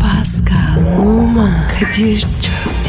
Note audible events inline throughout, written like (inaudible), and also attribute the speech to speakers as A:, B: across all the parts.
A: Pascal, Oman, Kadir çok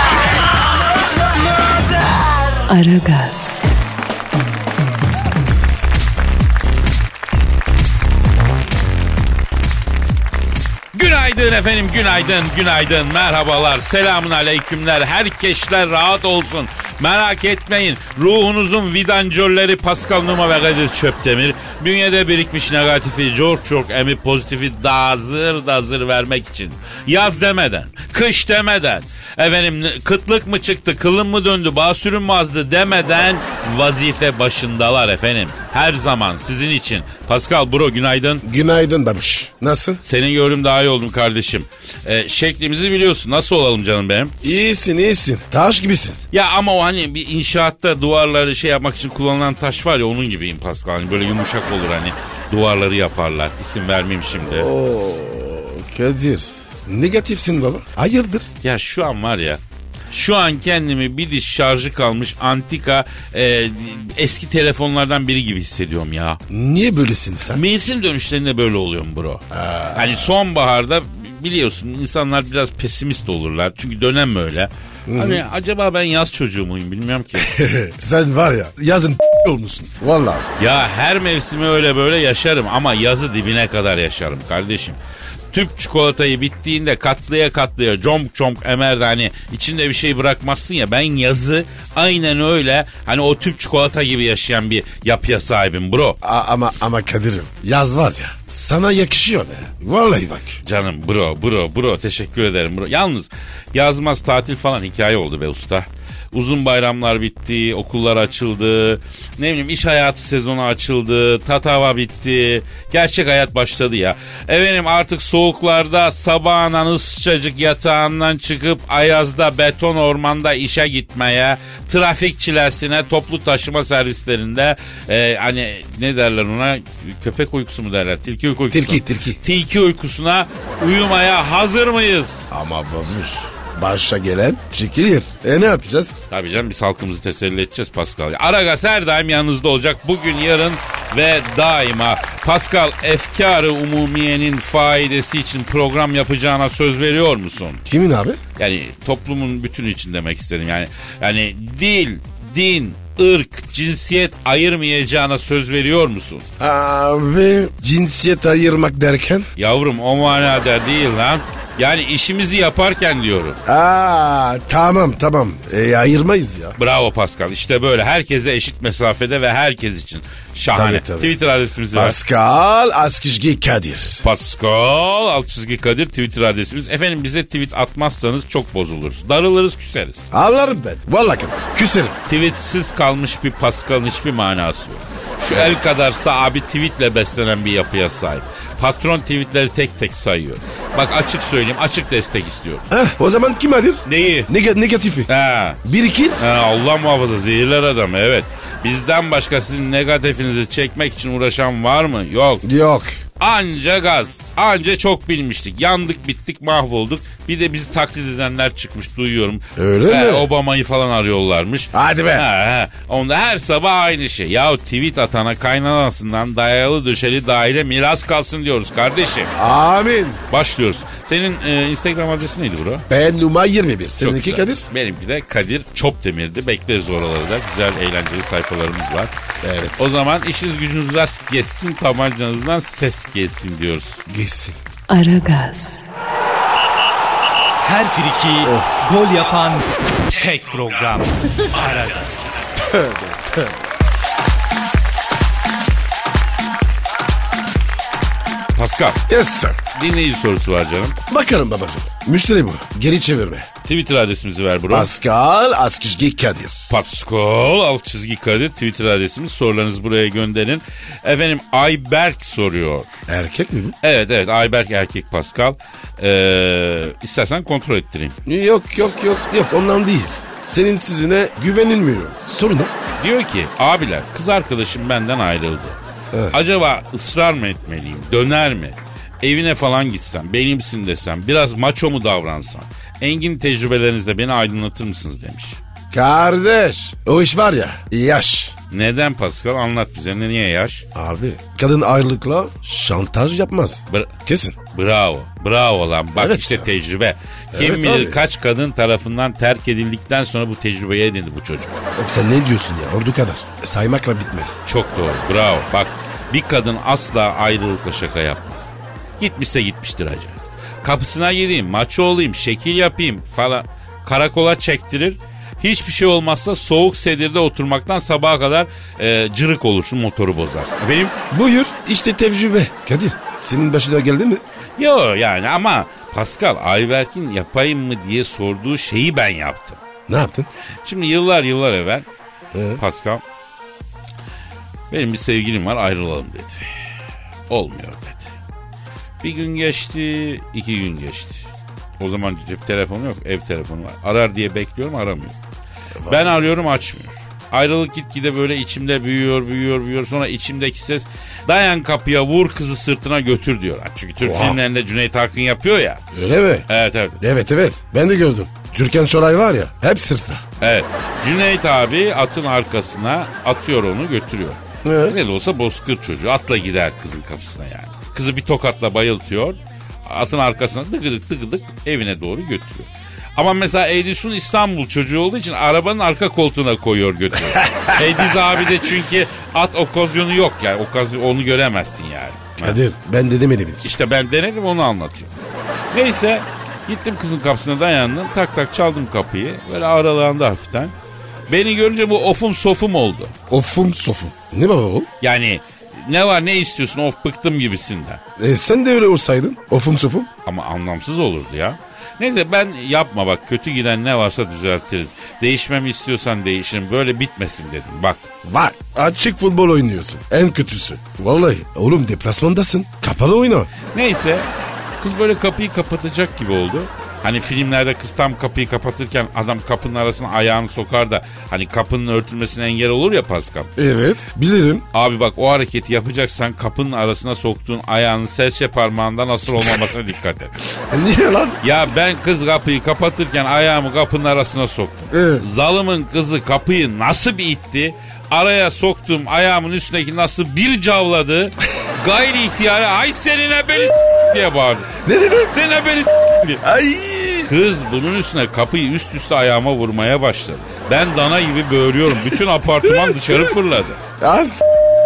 A: Aragaz,
B: Günaydın efendim, günaydın, günaydın. Merhabalar, selamun aleykümler. Herkesler rahat olsun. Merak etmeyin. Ruhunuzun vidancörleri Pascal Numa ve Kadir Çöptemir. Bünyede birikmiş negatifi çok çok emip pozitifi dazır dazır vermek için. Yaz demeden, kış demeden, efendim kıtlık mı çıktı, kılın mı döndü, basürün mü azdı demeden vazife başındalar efendim. Her zaman sizin için. Pascal Bro günaydın.
C: Günaydın babiş. Nasıl?
B: Seni gördüm daha iyi oldum kardeşim. Ee, şeklimizi biliyorsun. Nasıl olalım canım benim?
C: İyisin iyisin. Taş gibisin.
B: Ya ama o hani bir inşaatta duvarları şey yapmak için kullanılan taş var ya onun gibiyim Pascal. Hani böyle yumuşak olur hani. Duvarları yaparlar. İsim vermeyeyim şimdi.
C: Kadir. Negatifsin baba. Hayırdır?
B: Ya şu an var ya. Şu an kendimi bir diş şarjı kalmış antika e, eski telefonlardan biri gibi hissediyorum ya.
C: Niye böylesin sen?
B: Mevsim dönüşlerinde böyle oluyor mu bro? Hani sonbaharda biliyorsun insanlar biraz pesimist olurlar. Çünkü dönem öyle. Hani acaba ben yaz çocuğu muyum bilmiyorum ki.
C: (laughs) sen var ya yazın olmuşsun. Vallahi.
B: ya her mevsimi öyle böyle yaşarım ama yazı dibine kadar yaşarım kardeşim. Tüp çikolatayı bittiğinde katlıya katlıya comk comk emerdi hani içinde bir şey bırakmazsın ya ben yazı aynen öyle hani o tüp çikolata gibi yaşayan bir yapıya sahibim bro.
C: A- ama ama Kadir'im yaz var ya sana yakışıyor be. Vallahi bak.
B: Canım bro bro bro teşekkür ederim bro. Yalnız yazmaz tatil falan hikaye oldu be usta. Uzun bayramlar bitti, okullar açıldı, ne bileyim iş hayatı sezonu açıldı, tatava bitti, gerçek hayat başladı ya. Efendim artık soğuklarda sabahından ısıcacık yatağından çıkıp ayazda beton ormanda işe gitmeye, trafik çilesine, toplu taşıma servislerinde e, hani ne derler ona köpek uykusu mu derler, tilki uykusu.
C: Tilki, tilki.
B: Tilki uykusuna uyumaya hazır mıyız?
C: Ama babiş. Başa gelen çekilir. E ne yapacağız?
B: Tabii canım biz halkımızı teselli edeceğiz Pascal. Aragaz her daim yanınızda olacak. Bugün, yarın ve daima. Pascal efkarı umumiyenin faidesi için program yapacağına söz veriyor musun?
C: Kimin abi?
B: Yani toplumun bütünü için demek istedim. Yani yani dil, din, ırk, cinsiyet ayırmayacağına söz veriyor musun?
C: Abi cinsiyet ayırmak derken?
B: Yavrum o manada değil lan. Yani işimizi yaparken diyorum.
C: Aa tamam tamam. E, ayırmayız ya.
B: Bravo Pascal. İşte böyle herkese eşit mesafede ve herkes için. Şahane.
C: Tabii, tabii.
B: Twitter adresimiz var.
C: Pascal Askizgi Kadir.
B: Pascal alt çizgi Kadir Twitter adresimiz. Efendim bize tweet atmazsanız çok bozuluruz. Darılırız küseriz.
C: Ağlarım ben. Vallahi Kadir. Küserim.
B: Tweetsiz kalmış bir Pascal'ın hiçbir manası yok. Şu el kadarsa abi tweetle beslenen bir yapıya sahip. Patron tweetleri tek tek sayıyor. Bak açık söyleyeyim açık destek istiyorum.
C: Heh, o zaman kim arıyor?
B: Neyi?
C: Neg- negatifi.
B: Ha.
C: Bir iki.
B: Ha, Allah muhafaza zehirler adam evet. Bizden başka sizin negatifinizi çekmek için uğraşan var mı? Yok.
C: Yok.
B: Anca gaz. Anca çok bilmiştik. Yandık bittik mahvolduk. Bir de bizi taklit edenler çıkmış duyuyorum.
C: Öyle
B: Ha,
C: mi?
B: Obama'yı falan arıyorlarmış.
C: Hadi be.
B: Ha, ha. Onda her sabah aynı şey. Yahu tweet atana kaynanasından dayalı döşeli daire miras kalsın diyoruz kardeşim.
C: Amin.
B: Başlıyoruz. Senin e, Instagram adresi neydi bro?
C: Ben numara 21.
B: Çok
C: Seninki
B: güzel.
C: Kadir?
B: Benimki de Kadir Çopdemir'di. Bekleriz oraları da. Güzel eğlenceli sayfalarımız var.
C: Evet.
B: O zaman işiniz gücünüz rast geçsin tabancanızdan ses gelsin diyoruz.
C: Gitsin.
A: Aragaz,
D: Her friki gol yapan tek program. Aragaz.
B: Pascal
C: Yes sir.
B: dinleyici sorusu var canım.
C: Bakarım babacığım. Müşteri bu. Geri çevirme.
B: Twitter adresimizi ver bro.
C: Pascal Askizgi Kadir.
B: Pascal alt çizgi Kadir Twitter adresimiz sorularınızı buraya gönderin. Efendim Ayberk soruyor.
C: Erkek mi
B: Evet evet Ayberk erkek Pascal. Ee, istersen kontrol ettireyim.
C: bu? Yok yok yok yok ondan değil. Senin sözüne güvenilmiyor. Soru ne?
B: Diyor ki abiler kız arkadaşım benden ayrıldı. Acaba ısrar mı etmeliyim? Döner mi? Evine falan gitsem, benimsin desem, biraz maço mu davransam? Engin tecrübelerinizle beni aydınlatır mısınız demiş.
C: Kardeş o iş var ya yaş.
B: Neden Pascal? Anlat bize. Ne- Niye yaş?
C: Abi kadın ayrılıkla şantaj yapmaz.
B: Bır-
C: Kesin.
B: Bravo. Bravo lan. Bak
C: Evet
B: işte
C: ya.
B: tecrübe. Kim
C: Evet
B: bilir
C: abi.
B: kaç kadın tarafından terk edildikten sonra bu tecrübeye edindi bu çocuk.
C: Bak Sen ne diyorsun ya ordu kadar. E, Saymakla bitmez.
B: Çok doğru. Bravo. Bak bir kadın asla ayrılıkla şaka yapmaz. Gitmişse gitmiştir hacı. Kapısına gideyim, maçı olayım, şekil yapayım falan. Karakola çektirir. Hiçbir şey olmazsa soğuk sedirde oturmaktan sabaha kadar e, cırık olursun motoru bozarsın. Benim
C: Buyur işte tecrübe. Kadir senin başına geldi mi?
B: Yo yani ama Pascal Ayberk'in yapayım mı diye sorduğu şeyi ben yaptım.
C: Ne yaptın?
B: Şimdi yıllar yıllar evvel Pascal benim bir sevgilim var ayrılalım dedi. Olmuyor dedi. Bir gün geçti, iki gün geçti. O zaman cep telefonu yok, ev telefonu var. Arar diye bekliyorum aramıyor. Ben arıyorum açmıyor. Ayrılık gitgide böyle içimde büyüyor, büyüyor, büyüyor. Sonra içimdeki ses dayan kapıya vur kızı sırtına götür diyor. Çünkü Türk
C: Oha.
B: filmlerinde Cüneyt Arkın yapıyor ya.
C: Öyle mi?
B: Evet evet.
C: Evet evet ben de gördüm. Türkan Şoray var ya hep sırtta.
B: Evet. Cüneyt abi atın arkasına atıyor onu götürüyor.
C: Evet.
B: Ne de olsa bozkır çocuğu. Atla gider kızın kapısına yani. Kızı bir tokatla bayıltıyor. Atın arkasına dıgıdık dıgıdık evine doğru götürüyor. Ama mesela Edison İstanbul çocuğu olduğu için arabanın arka koltuğuna koyuyor götürüyor. Ediz abi de çünkü at okazyonu yok yani. Okazyon, onu göremezsin yani.
C: Kadir ben de demedim hiç.
B: İşte ben denedim onu anlatıyorum. Neyse gittim kızın kapısına dayandım. Tak tak çaldım kapıyı. Böyle aralandı hafiften. Beni görünce bu ofum sofum oldu.
C: Ofum sofum. Ne baba o?
B: Yani ne var ne istiyorsun of bıktım gibisinden.
C: E, sen de öyle olsaydın ofum sofum.
B: Ama anlamsız olurdu ya. Neyse ben yapma bak kötü giden ne varsa düzeltiriz. Değişmemi istiyorsan değişirim böyle bitmesin dedim bak.
C: Var. Açık futbol oynuyorsun. En kötüsü. Vallahi oğlum deplasmandasın. Kapalı oyna.
B: Neyse kız böyle kapıyı kapatacak gibi oldu. Hani filmlerde kız tam kapıyı kapatırken adam kapının arasına ayağını sokar da hani kapının örtülmesine engel olur ya Pascal.
C: Evet bilirim.
B: Abi bak o hareketi yapacaksan kapının arasına soktuğun ayağının serçe parmağından asıl olmamasına dikkat et.
C: E, Niye lan?
B: Ya ben kız kapıyı kapatırken ayağımı kapının arasına soktum.
C: Evet.
B: Zalımın kızı kapıyı nasıl bir itti? Araya soktum ayağımın üstündeki nasıl bir cavladı? Gayri ihtiyare ay senin haberi s- diye bağırdı.
C: Ne dedin?
B: Senin haberi s- diye.
C: Ay.
B: Kız bunun üstüne kapıyı üst üste ayağıma vurmaya başladı. Ben dana gibi böğürüyorum. Bütün
C: (laughs)
B: apartman dışarı fırladı.
C: Az.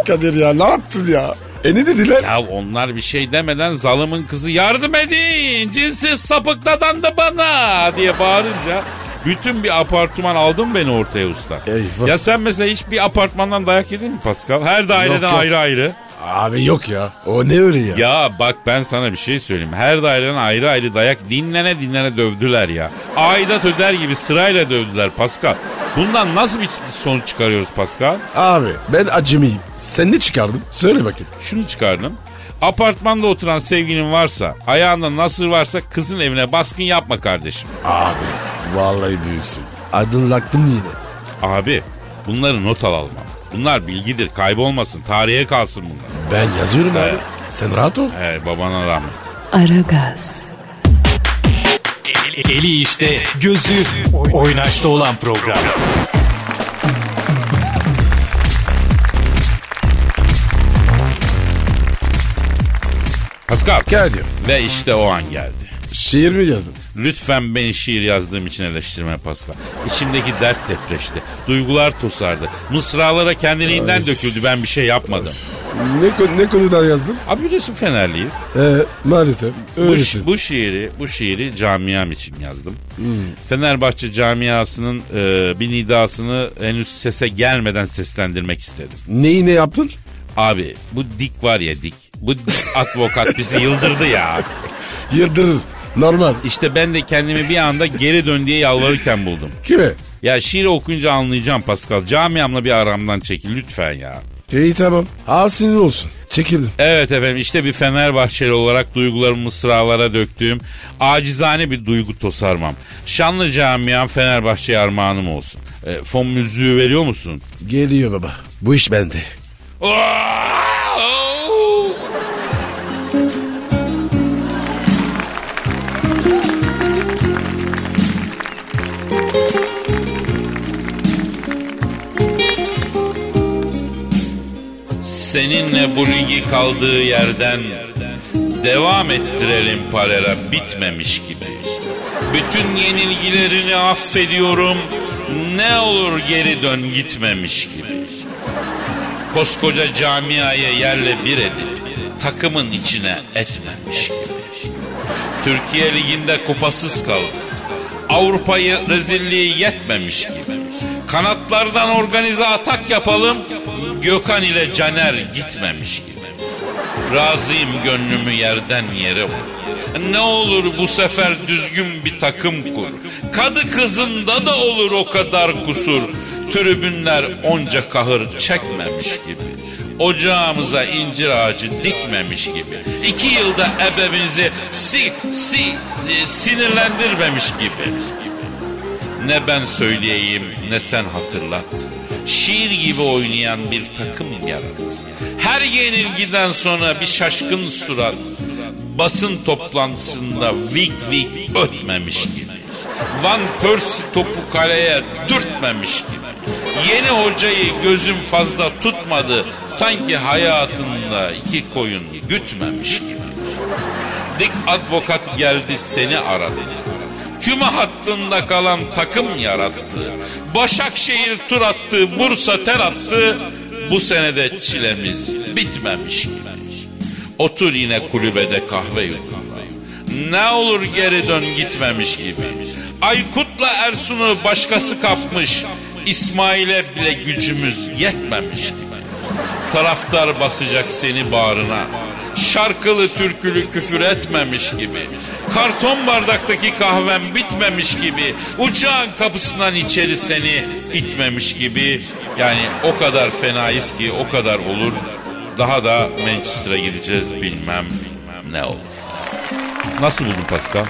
C: Kadir ya ne yaptın ya? E ne dediler?
B: Ya onlar bir şey demeden zalımın kızı yardım edin cinsiz sapık dadandı bana diye bağırınca bütün bir apartman aldın beni ortaya usta.
C: Eyvah.
B: Ya sen mesela hiç bir apartmandan dayak yedin mi Pascal? Her daireden
C: Yok, yok.
B: ayrı ayrı.
C: Abi yok ya. O ne öyle ya?
B: Ya bak ben sana bir şey söyleyeyim. Her daireden ayrı ayrı dayak dinlene dinlene dövdüler ya. Aidat öder gibi sırayla dövdüler Pascal. Bundan nasıl bir sonuç çıkarıyoruz Pascal?
C: Abi ben acemiyim. Sen ne çıkardın? Söyle bakayım.
B: şunu çıkardım. Apartmanda oturan sevgilin varsa, ayağında nasır varsa kızın evine baskın yapma kardeşim.
C: Abi vallahi büyüksün. Aydınlattım yine.
B: Abi bunları not al alma. Bunlar bilgidir kaybolmasın tarihe kalsın bunlar.
C: Ben yazıyorum abi.
B: Evet.
C: Sen rahat ol.
B: He babana rahmet.
A: Aragaz,
D: Eli işte, gözü oynaşta olan program.
B: Pascal.
C: Kadir.
B: Ve işte o an geldi.
C: Şiir mi yazdın?
B: Lütfen beni şiir yazdığım için eleştirme Pascal. İçimdeki dert depreşti. Duygular tosardı. Mısralara kendiliğinden
C: Ay.
B: döküldü ben bir şey yapmadım.
C: Ne, konu- ne konudan yazdın?
B: Abi biliyorsun Fenerliyiz.
C: Ee, maalesef.
B: bu,
C: Öylesin.
B: şi- bu şiiri bu şiiri camiam için yazdım. Fenerbahçe camiasının e, bir nidasını henüz sese gelmeden seslendirmek istedim.
C: Neyi ne yaptın?
B: Abi bu dik var ya dik. Bu advokat bizi yıldırdı ya.
C: Yıldırır. Normal.
B: İşte ben de kendimi bir anda geri dön diye yalvarırken buldum.
C: Kime?
B: Ya şiir okuyunca anlayacağım Pascal. Camiamla bir aramdan çekil lütfen ya.
C: İyi tamam. Ağır sinir olsun. Çekildim.
B: Evet efendim işte bir Fenerbahçeli olarak duygularımı mısralara döktüğüm acizane bir duygu tosarmam. Şanlı camiam Fenerbahçe armağanım olsun. E, fon müziği veriyor musun?
C: Geliyor baba. Bu iş bende.
B: Seninle bu ligi kaldığı yerden devam ettirelim parera bitmemiş gibi. Bütün yenilgilerini affediyorum. Ne olur geri dön gitmemiş gibi. Koskoca camiaya yerle bir edip takımın içine etmemiş gibi. Türkiye Ligi'nde kupasız kaldı. Avrupa'yı rezilliği yetmemiş gibi. Kanatlardan organize atak yapalım. Gökhan ile Caner gitmemiş gibi. Razıyım gönlümü yerden yere vur. Ne olur bu sefer düzgün bir takım kur. Kadı kızında da olur o kadar kusur. Tribünler onca kahır çekmemiş gibi. Ocağımıza incir ağacı dikmemiş gibi. İki yılda ebemizi si, si, si- sinirlendirmemiş gibi. Ne ben söyleyeyim ne sen hatırlat. Şiir gibi oynayan bir takım yarat. Her yenilgiden sonra bir şaşkın surat. Basın toplantısında vik vik ötmemiş gibi. Van Persie topu kaleye dürtmemiş gibi. Yeni hocayı gözüm fazla tutmadı. Sanki hayatında iki koyun gütmemiş gibi. Dik advokat geldi seni aradı. Küme hattında kalan takım yarattı. Başakşehir tur attı, Bursa ter attı. Bu senede çilemiz bitmemiş gibi. Otur yine kulübede kahve yudumla. Ne olur geri dön gitmemiş gibi. Aykut'la Ersun'u başkası kapmış. İsmail'e bile gücümüz yetmemiş gibi. Taraftar basacak seni bağrına. Şarkılı türkülü küfür etmemiş gibi. Karton bardaktaki kahven bitmemiş gibi. Uçağın kapısından içeri seni itmemiş gibi. Yani o kadar fenayız ki o kadar olur. Daha da Manchester'a gideceğiz bilmem ne olur. Nasıl buldun Pascal?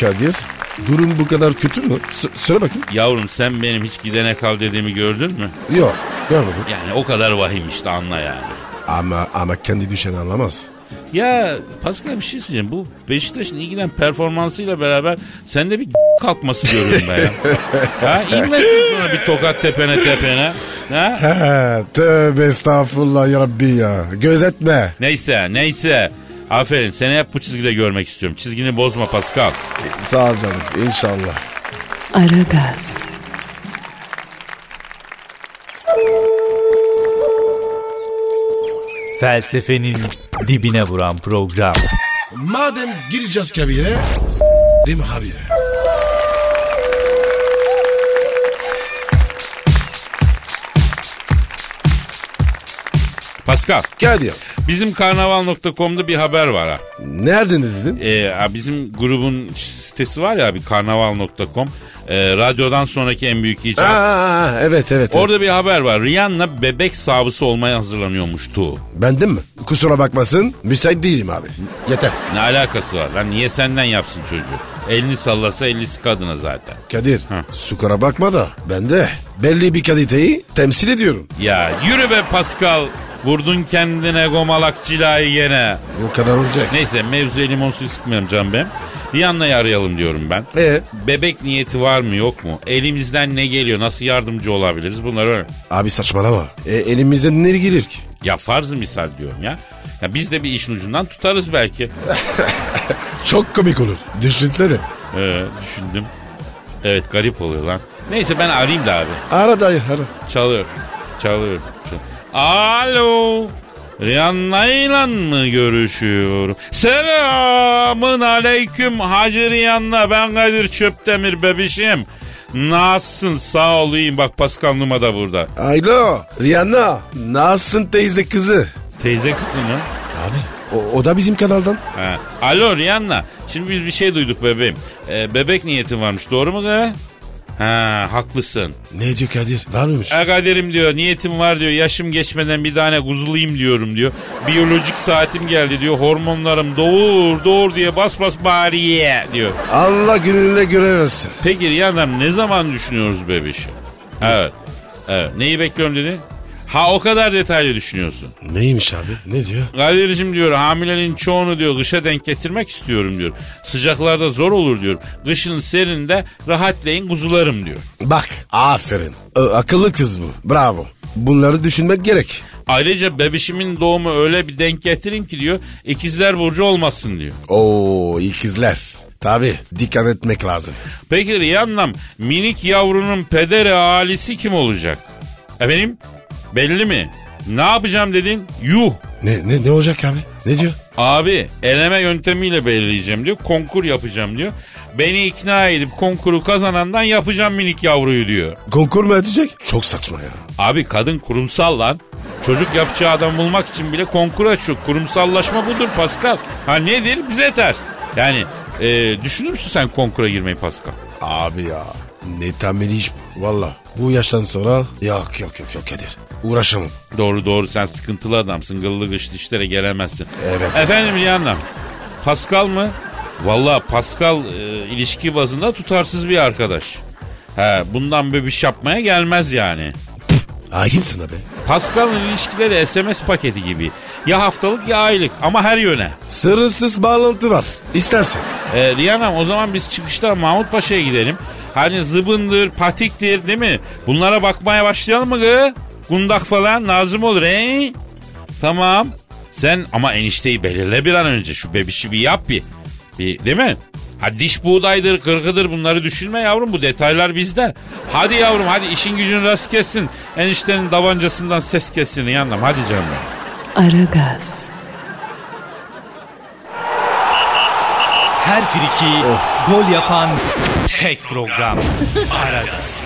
C: Kadir durum bu kadar kötü mü? S- söyle bakayım.
B: Yavrum sen benim hiç gidene kal dediğimi gördün mü?
C: Yok. Görmedim.
B: Yani o kadar vahim işte anla yani.
C: Ama ama kendi düşen anlamaz.
B: Ya Pascal bir şey söyleyeceğim. Bu Beşiktaş'ın ilgilen performansıyla beraber sende bir kalkması görüyorum ben ya. ha, inmesin sonra bir tokat tepene tepene. Ha?
C: He, tövbe estağfurullah ya Rabbi ya. Gözetme.
B: Neyse neyse. Aferin seni hep bu çizgide görmek istiyorum. Çizgini bozma Pascal.
C: Sağ ol canım inşallah.
A: Aragaz,
D: Felsefenin dibine vuran program.
C: Madem gireceğiz kabire, s**rim habire.
B: Pascal
C: Kadir,
B: bizim karnaval.com'da bir haber var ha.
C: nereden dedin?
B: Ee, ha, bizim grubun sitesi var ya abi karnaval.com. Ee, radyodan sonraki en büyük icat.
C: Aa, evet evet. Orada...
B: Orada bir haber var. Rihanna bebek savcısı olmaya hazırlanıyormuştu.
C: Bendim mi? Kusura bakmasın, müsait değilim abi. Yeter.
B: Ne alakası var lan? Niye senden yapsın çocuğu? Elini sallasa ellisi kadına zaten.
C: Kadir,
B: Ha.
C: sukara bakma da ben de belli bir kaliteyi temsil ediyorum.
B: Ya yürü be Pascal. Vurdun kendine gomalak cilayı gene.
C: O kadar olacak.
B: Neyse mevzuya limon suyu sıkmayalım can ben. Rihanna'yı arayalım diyorum ben.
C: Ee?
B: Bebek niyeti var mı yok mu? Elimizden ne geliyor? Nasıl yardımcı olabiliriz? Bunları öyle.
C: Abi saçmalama. E, elimizde ne girir ki?
B: Ya farzı misal diyorum ya. Ya biz de bir işin ucundan tutarız belki.
C: Çok komik olur. Düşünsene.
B: Ee, düşündüm. Evet garip oluyor lan. Neyse ben arayayım da abi.
C: Ara dayı ara.
B: Çalıyor. Çalıyor. çalıyor. Alo. Rihanna ile mı görüşüyorum? Selamın aleyküm Hacı Rihanna. Ben Kadir Çöptemir bebişim. Nasılsın sağ olayım. Bak Pascal Numa da burada.
C: Alo Rihanna. Nasılsın teyze kızı?
B: Teyze kızı mı?
C: Abi O, o da bizim kanaldan.
B: Ha. Alo Rihanna. Şimdi biz bir şey duyduk bebeğim. Ee, bebek niyetin varmış doğru mu kız? Ha haklısın.
C: Ne diyor Kadir? Var mıymış?
B: E kaderim diyor niyetim var diyor yaşım geçmeden bir tane kuzulayım diyorum diyor. Biyolojik saatim geldi diyor hormonlarım doğur doğur diye bas bas bariye diyor.
C: Allah gününe göre versin.
B: Peki Rihanna ne zaman düşünüyoruz bebişi? Evet. evet. Neyi bekliyorum dedi? Ha o kadar detaylı düşünüyorsun.
C: Neymiş abi? Ne diyor?
B: Kadir'cim diyor hamilenin çoğunu diyor kışa denk getirmek istiyorum diyor. Sıcaklarda zor olur diyor. Kışın serinde rahatlayın kuzularım diyor.
C: Bak aferin. Ö, akıllı kız bu. Bravo. Bunları düşünmek gerek.
B: Ayrıca bebişimin doğumu öyle bir denk getirin ki diyor ikizler burcu olmasın diyor.
C: Oo ikizler. Tabi dikkat etmek lazım.
B: Peki Rihanna'm minik yavrunun pederi ailesi kim olacak? Efendim belli mi? Ne yapacağım dedin? Yuh
C: Ne ne ne olacak abi? Ne diyor?
B: Abi eleme yöntemiyle belirleyeceğim diyor. Konkur yapacağım diyor. Beni ikna edip konkuru kazanandan yapacağım minik yavruyu diyor.
C: Konkur mu edecek? Çok saçma ya.
B: Abi kadın kurumsal lan. Çocuk yapacağı adam bulmak için bile konkur açıyor. Kurumsallaşma budur Pascal. Ha nedir? Bize ters. Yani e, düşünür müsün sen konkura girmeyi Pascal?
C: Abi ya. Ne tembel iş bu. Valla. Bu yaştan sonra yok yok yok yok Kadir. Uğraşamam.
B: Doğru doğru sen sıkıntılı adamsın. Gıllı gışlı işlere gelemezsin.
C: Evet.
B: Efendim Rihanna. Pascal mı? Valla Pascal e, ilişki bazında tutarsız bir arkadaş. He, bundan böyle bir şey yapmaya gelmez yani.
C: Ayıp sana be.
B: Pascal'ın ilişkileri SMS paketi gibi. Ya haftalık ya aylık ama her yöne.
C: Sırrısız bağlantı var. İstersen.
B: E, Rihanna o zaman biz çıkışta Mahmut Paşa'ya gidelim. Hani zıbındır, patiktir değil mi? Bunlara bakmaya başlayalım mı gı? Gundak falan lazım olur he? Tamam. Sen ama enişteyi belirle bir an önce. Şu bebişi bir yap bir. bir değil mi? Ha diş buğdaydır, kırkıdır bunları düşünme yavrum. Bu detaylar bizde. Hadi yavrum hadi işin gücün rast kessin. Eniştenin davancasından ses kessin. Yanlam hadi canım.
A: Aragaz,
D: Her friki gol yapan tek program. Aragaz.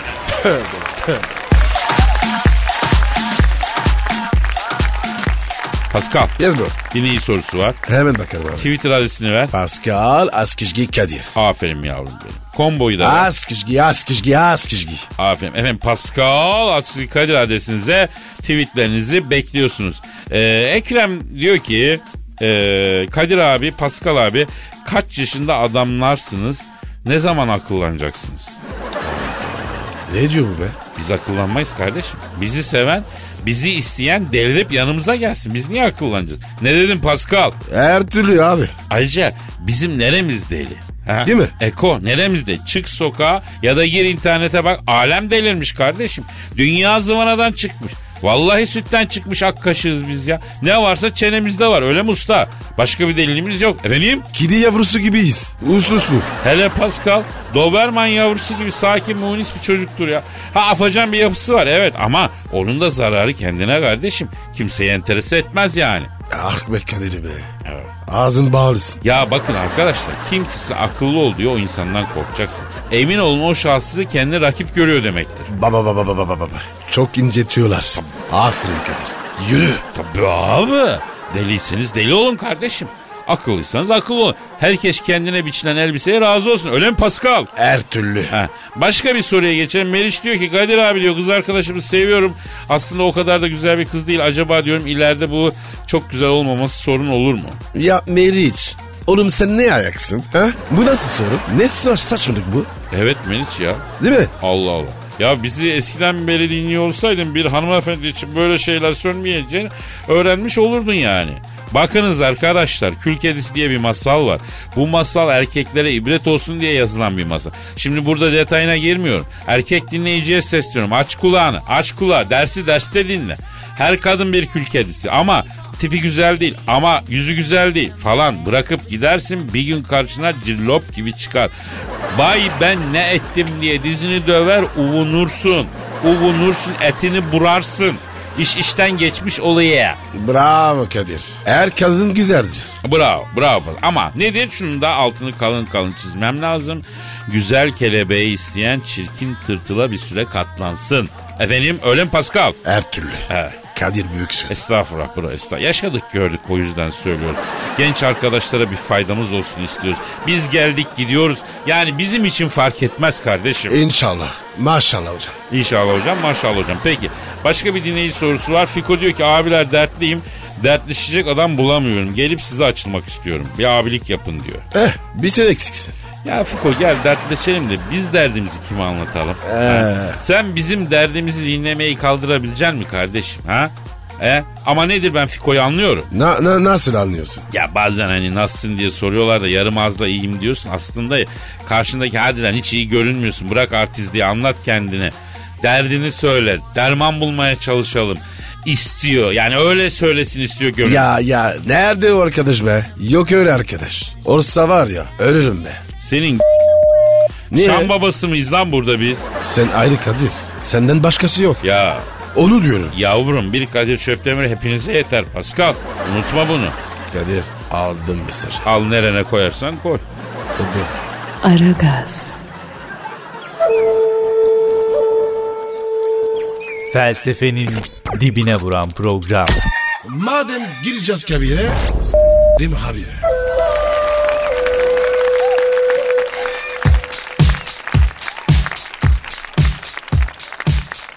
B: Pascal
C: Yaz bu.
B: dinleyici sorusu var.
C: Hemen bakalım abi.
B: Twitter adresini ver.
C: Pascal Askizgi Kadir.
B: Aferin yavrum benim. Komboyu da ver.
C: Askizgi Askizgi Askizgi.
B: Aferin. Efendim Pascal Askizgi Kadir adresinize tweetlerinizi bekliyorsunuz. Ee, Ekrem diyor ki ee, Kadir abi, Pascal abi kaç yaşında adamlarsınız? Ne zaman akıllanacaksınız?
C: Ne diyor bu be?
B: Biz akıllanmayız kardeşim. Bizi seven, bizi isteyen devrilip yanımıza gelsin. Biz niye akıllanacağız? Ne dedim Pascal?
C: Her türlü abi.
B: Ayrıca bizim neremiz deli? Ha?
C: Değil mi?
B: Eko neremiz deli? Çık sokağa ya da gir internete bak. Alem delirmiş kardeşim. Dünya zıvanadan çıkmış. Vallahi sütten çıkmış ak kaşığız biz ya. Ne varsa çenemizde var öyle mi usta? Başka bir delilimiz yok. Efendim?
C: Kedi yavrusu gibiyiz. Uslu uslu.
B: Hele Pascal Doberman yavrusu gibi sakin munis bir çocuktur ya. Ha afacan bir yapısı var evet ama onun da zararı kendine kardeşim. Kimseyi enterese etmez yani.
C: Ah be Kadir be. Ağzın bağlısın.
B: Ya bakın arkadaşlar kim ki size akıllı ol diyor o insandan korkacaksın. Emin olun o şahsı sizi kendi rakip görüyor demektir.
C: Baba baba baba baba baba. Çok incetiyorlar. Aferin Kadir. Yürü.
B: Tabii abi. Deliyseniz deli olun kardeşim. Akıllıysanız akıllı olun. Herkes kendine biçilen elbiseye razı olsun. Öyle mi Pascal?
C: Her türlü.
B: Ha, başka bir soruya geçelim. Meriç diyor ki Kadir abi diyor kız arkadaşımı seviyorum. Aslında o kadar da güzel bir kız değil. Acaba diyorum ileride bu çok güzel olmaması sorun olur mu?
C: Ya Meriç. Oğlum sen ne ayaksın? Ha? Bu nasıl soru? Ne sa- saçmalık bu?
B: Evet Meriç ya.
C: Değil mi?
B: Allah Allah. Ya bizi eskiden beri dinliyor olsaydın bir hanımefendi için böyle şeyler sönmeyeceğini öğrenmiş olurdun yani. Bakınız arkadaşlar kül kedisi diye bir masal var. Bu masal erkeklere ibret olsun diye yazılan bir masal. Şimdi burada detayına girmiyorum. Erkek dinleyiciye sesleniyorum. Aç kulağını, aç kulağı. Dersi derste dinle. Her kadın bir kül kedisi ama tipi güzel değil ama yüzü güzel değil falan bırakıp gidersin bir gün karşına cillop gibi çıkar. Bay ben ne ettim diye dizini döver uvunursun. Uvunursun etini burarsın. İş işten geçmiş olayı.
C: Bravo Kadir. Her kadın güzeldir.
B: Bravo bravo. Ama nedir? Şunun da altını kalın kalın çizmem lazım. Güzel kelebeği isteyen çirkin tırtıla bir süre katlansın. Efendim öyle mi Pascal?
C: Her türlü.
B: He.
C: Kadir büyüksün.
B: Estağfurullah bro estağ. Yaşadık gördük o yüzden söylüyorum. Genç arkadaşlara bir faydamız olsun istiyoruz. Biz geldik gidiyoruz. Yani bizim için fark etmez kardeşim.
C: İnşallah. Maşallah hocam.
B: İnşallah hocam maşallah hocam. Peki başka bir dinleyici sorusu var. Fiko diyor ki abiler dertliyim. Dertleşecek adam bulamıyorum. Gelip size açılmak istiyorum. Bir abilik yapın diyor.
C: Eh bir sen eksiksin.
B: Ya Fiko gel dertleşelim de biz derdimizi kime anlatalım? Ha? Sen bizim derdimizi dinlemeyi kaldırabilecek mi kardeşim ha? E? Ama nedir ben Fiko'yu anlıyorum.
C: Na, na- nasıl anlıyorsun?
B: Ya bazen hani nasılsın diye soruyorlar da yarım ağızla iyiyim diyorsun. Aslında karşındaki harbiden hiç iyi görünmüyorsun. Bırak artist diye anlat kendine. Derdini söyle. Derman bulmaya çalışalım. İstiyor. Yani öyle söylesin istiyor gönül.
C: Ya ya nerede o arkadaş be? Yok öyle arkadaş. Olsa var ya ölürüm be.
B: Senin
C: Niye?
B: Şam babası mıyız lan burada biz?
C: Sen ayrı Kadir. Senden başkası yok.
B: Ya
C: Onu diyorum.
B: Yavrum bir Kadir Çöpdemir hepinize yeter Pascal. Unutma bunu.
C: Kadir aldım mesajı.
B: Al nerene koyarsan koy.
C: Kudu.
A: Aragaz,
D: Felsefenin dibine vuran program.
C: Madem gireceğiz kabire s**rim habire.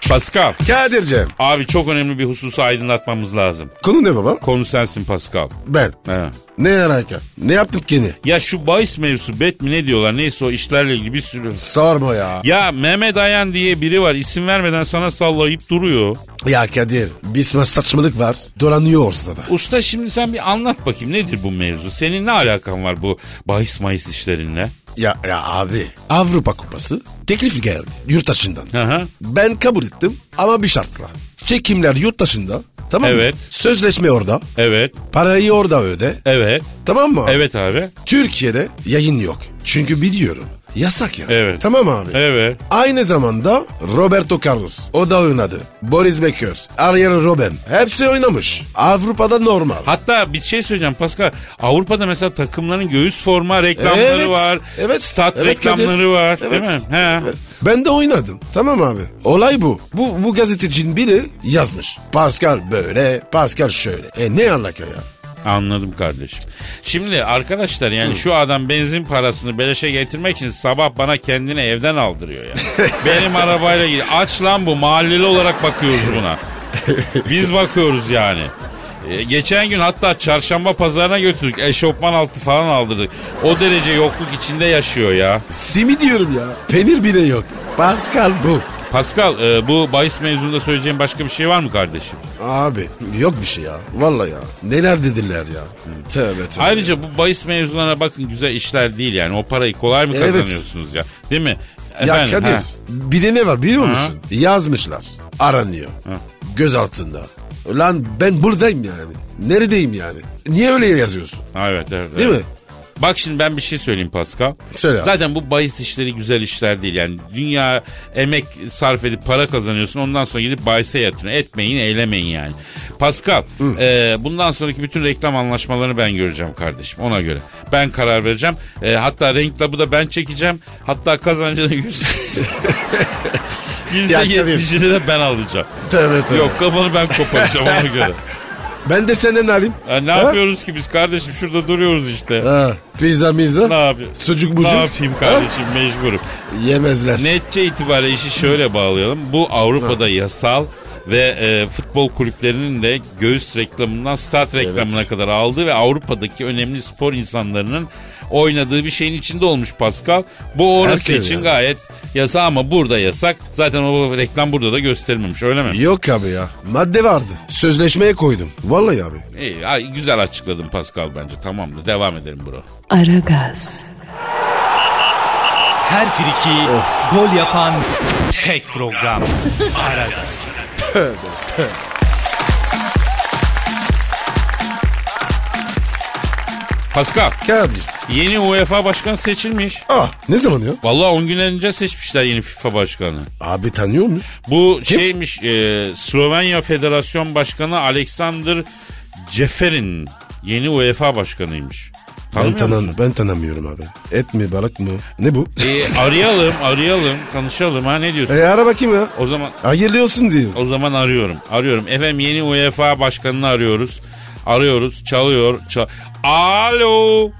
B: Pascal.
C: Kadir'cim
B: Abi çok önemli bir hususu aydınlatmamız lazım.
C: konu ne baba?
B: Konu sensin Pascal.
C: Ben.
B: He.
C: Ne alaka? Ne yaptın kendi?
B: Ya şu bahis mevzusu bet mi ne diyorlar neyse o işlerle ilgili bir sürü.
C: Sorma ya.
B: Ya Mehmet Ayan diye biri var isim vermeden sana sallayıp duruyor.
C: Ya Kadir bir sma- saçmalık var. Dolanıyor ortada.
B: Usta şimdi sen bir anlat bakayım nedir bu mevzu? Senin ne alakan var bu bahis mayıs işlerinle?
C: Ya, ya abi Avrupa Kupası teklif geldi yurt dışından.
B: Hı hı.
C: Ben kabul ettim ama bir şartla. Çekimler yurt dışında tamam
B: Evet.
C: mı? Sözleşme orada.
B: Evet.
C: Parayı orada öde.
B: Evet.
C: Tamam mı?
B: Evet abi.
C: Türkiye'de yayın yok. Çünkü biliyorum. Yasak ya.
B: Evet.
C: Tamam abi.
B: Evet.
C: Aynı zamanda Roberto Carlos. O da oynadı. Boris Becker. Ariel Robben. Hepsi oynamış. Avrupa'da normal.
B: Hatta bir şey söyleyeceğim Pascal. Avrupa'da mesela takımların göğüs forma reklamları
C: Evet,
B: var.
C: evet,
B: Stat
C: evet
B: reklamları
C: Kadir.
B: var.
C: Evet,
B: Değil mi? He.
C: Evet. Ben de oynadım. Tamam abi. Olay bu. Bu, bu gazetecinin biri yazmış. Pascal böyle, Pascal şöyle. E ne alaka ya?
B: Anladım kardeşim. Şimdi arkadaşlar yani şu adam benzin parasını beleşe getirmek için sabah bana kendini evden aldırıyor
C: (laughs)
B: ya. Benim arabayla gidiyor. Aç lan bu mahalleli olarak bakıyoruz buna. Biz bakıyoruz yani. E, Geçen gün hatta çarşamba pazarına götürdük. Eşofman altı falan aldırdık. O derece yokluk içinde yaşıyor ya.
C: Simi diyorum ya. Peynir bile yok. Pascal bu.
B: Pascal e, bu bahis mevzunda söyleyeceğin başka bir şey var mı kardeşim?
C: Abi yok bir şey ya. Vallahi ya. Neler dediler ya. Tövbe tövbe.
B: Ayrıca bu bahis mevzularına bakın güzel işler değil yani. O parayı kolay mı
C: Evet.
B: kazanıyorsunuz ya? Değil mi?
C: Ya Kadir
B: ha.
C: bir de ne var biliyor
B: Hı.
C: musun? Yazmışlar. Aranıyor. Göz altında. Lan ben buradayım yani. Neredeyim yani? Niye öyle yazıyorsun?
B: Ha, Evet, evet,
C: Değil
B: evet.
C: mi?
B: Bak şimdi ben bir şey söyleyeyim Pascal.
C: Söyle abi.
B: Zaten bu bahis işleri güzel işler değil. Yani dünya emek sarf edip para kazanıyorsun. Ondan sonra gidip bahise yatırıyorsun. Etmeyin, eylemeyin yani. Pascal, e, bundan sonraki bütün reklam anlaşmalarını ben göreceğim kardeşim. Ona göre. Ben karar vereceğim. E, hatta renk labı da ben çekeceğim. Hatta
C: (laughs)
B: kazancı da yüz...
C: Ya Kadir.
B: %70'ini de ben alacağım.
C: Tövbe tövbe.
B: Yok kafanı ben koparacağım ona
C: (laughs)
B: göre.
C: Ben de senden alayım.
B: Ya ne
C: Ha?
B: yapıyoruz ki biz kardeşim? Şurada duruyoruz işte.
C: Ha, pizza mizza.
B: Ne yapayım?
C: Sucuk bucuk.
B: Ne yapayım kardeşim mecburum.
C: Yemezler.
B: Netçe itibariyle işi şöyle bağlayalım. Bu Avrupa'da yasal ve e, futbol kulüplerinin de göğüs reklamından start reklamına kadar aldığı ve Avrupa'daki önemli spor insanlarının oynadığı bir şeyin içinde olmuş Pascal. Bu orası
C: Herkes
B: için
C: yani.
B: gayet yasa ama burada yasak. Zaten o reklam burada da gösterilmemiş öyle mi?
C: Yok abi ya. Madde vardı. Sözleşmeye koydum. Vallahi abi.
B: İyi, ay, güzel açıkladım Pascal bence tamamdır. Devam edelim bro.
A: Aragaz,
D: Her friki gol yapan tek program. Aragaz.
B: Pascal
C: Kadir.
B: yeni UEFA başkanı seçilmiş.
C: Ah ne zaman ya?
B: Vallahi 10 gün önce seçmişler yeni FIFA başkanı.
C: Abi tanıyor musun?
B: Bu şeymiş e, Slovenya Federasyon Başkanı Aleksandr Ceferin yeni UEFA başkanıymış.
C: Ben,
B: Tanımıyor musun?
C: tanım, ben tanımıyorum abi. Et mi balık mı? Ne bu?
B: E, arayalım, arayalım, konuşalım ha ne diyorsun?
C: (laughs) E ara bakayım ya.
B: O zaman
C: Hayırlı olsun diyeyim.
B: o zaman arıyorum. Arıyorum. Efendim yeni UEFA başkanını arıyoruz. Arıyoruz, çalıyor. çal- Alo.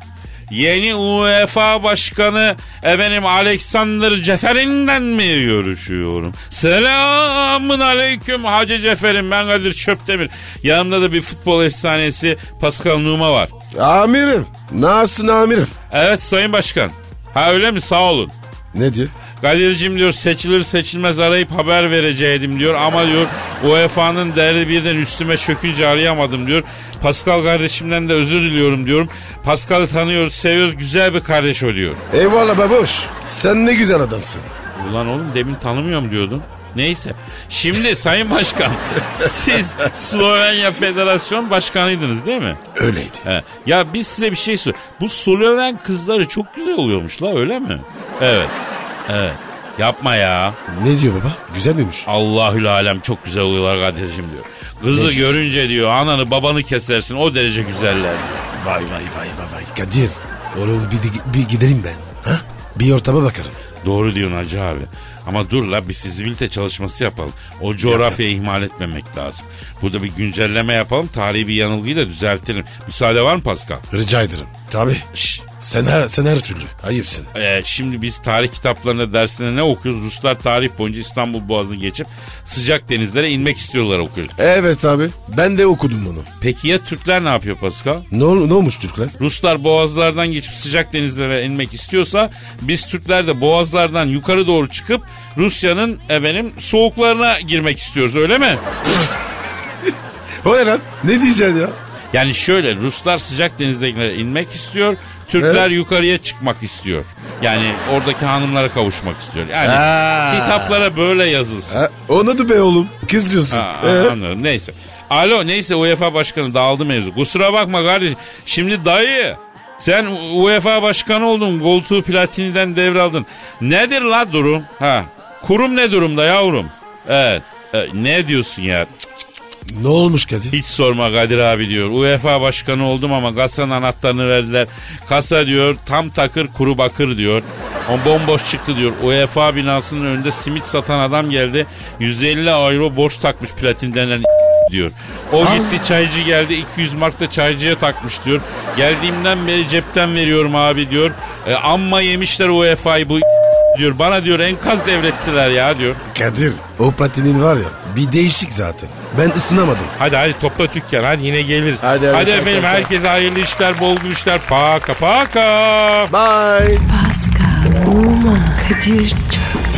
B: Yeni UEFA başkanı efendim Alexander Ceferin'den mi görüşüyorum? Selamun aleyküm Hacı Ceferin ben Kadir Çöptemir. Yanımda da bir futbol efsanesi Pascal Numa var.
C: Amirim. Nasılsın amirim?
B: Evet Sayın Başkan. Ha öyle mi sağ olun.
C: Ne diyor?
B: Kadir'cim diyor seçilir seçilmez arayıp haber vereceğim diyor ama diyor E UEFA'nın derdi birden üstüme çökünce arayamadım diyor. Pascal kardeşimden de özür diliyorum diyorum. Pascal'ı tanıyoruz seviyoruz güzel bir kardeş o diyor.
C: Eyvallah baboş. Sen ne güzel adamsın.
B: Ulan oğlum demin tanımıyorum diyordun. Neyse. Şimdi (laughs) Sayın Başkan siz Slovenya Federasyon Başkanıydınız değil mi?
C: Öyleydi.
B: He. Ya biz size bir şey sor. Bu Sloven kızları çok güzel oluyormuş la öyle mi? Evet. Evet. Yapma ya.
C: Ne diyor baba? Güzel miymiş?
B: Allahül alem çok güzel oluyorlar Kadir'cim diyor. Kızı
C: Neciz.
B: görünce diyor ananı babanı kesersin o derece güzeller.
C: Vay vay vay vay vay. Kadir. Oğlum bir, de- bir gidelim ben. Ha? Bir ortama bakarım.
B: Doğru diyorsun hacı abi. Ama dur la bir fizibilite çalışması yapalım. O coğrafyayı ihmal etmemek lazım. Burada bir güncelleme yapalım. Tarihi bir yanılgıyı da düzeltelim. Müsaade var mı Pascal?
C: Rica ederim. Tabii.
B: Şşş.
C: Sen her, sen her türlü. Ayıpsın.
B: Ee, şimdi biz tarih kitaplarında dersinde ne okuyoruz? Ruslar tarih boyunca İstanbul Boğazı'nı geçip sıcak denizlere inmek istiyorlar okuyoruz.
C: Evet abi. Ben de okudum bunu.
B: Peki ya Türkler ne yapıyor Pascal?
C: Ne, ol- ne olmuş Türkler?
B: Ruslar boğazlardan geçip sıcak denizlere inmek istiyorsa biz Türkler de boğazlardan yukarı doğru çıkıp Rusya'nın efendim soğuklarına girmek istiyoruz öyle mi?
C: O ne lan? Ne diyeceksin ya?
B: Yani şöyle Ruslar sıcak denizlere inmek istiyor. Türkler
C: Evet.
B: yukarıya çıkmak istiyor. Yani oradaki hanımlara kavuşmak istiyor. Yani
C: Ha.
B: kitaplara böyle yazılsın.
C: Ha, onu da be oğlum. Kız diyorsun.
B: Ha,
C: Ee,
B: anladım neyse. Alo neyse UEFA başkanı dağıldı mevzu. Kusura bakma kardeşim. Şimdi dayı sen U- UEFA başkanı oldun. Koltuğu Platini'den devraldın. Nedir la durum? Ha. Kurum ne durumda yavrum? Evet. E, ne diyorsun ya? Cık,
C: ne olmuş Kadir?
B: Hiç sorma Kadir abi diyor. UEFA başkanı oldum ama kasanın anahtarını verdiler. Kasa diyor tam takır kuru bakır diyor. O bomboş çıktı diyor. UEFA binasının önünde simit satan adam geldi. 150 euro borç takmış platin denen (laughs) diyor. O gitti çaycı geldi 200 mark da çaycıya takmış diyor. Geldiğimden beri cepten veriyorum abi diyor. E, amma yemişler UEFA'yı bu (laughs) diyor. Bana diyor enkaz devrettiler ya diyor.
C: Kadir. O platinin var ya bir değişik zaten. Ben ısınamadım.
B: Hadi hadi topla dükkan hadi yine geliriz.
C: Hadi, hadi, tamam,
B: efendim
C: tamam.
B: herkese hayırlı işler bol gülüşler paka paka.
C: Bye.
A: Pascal, Oman, Kadir çok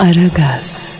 A: Aragaz.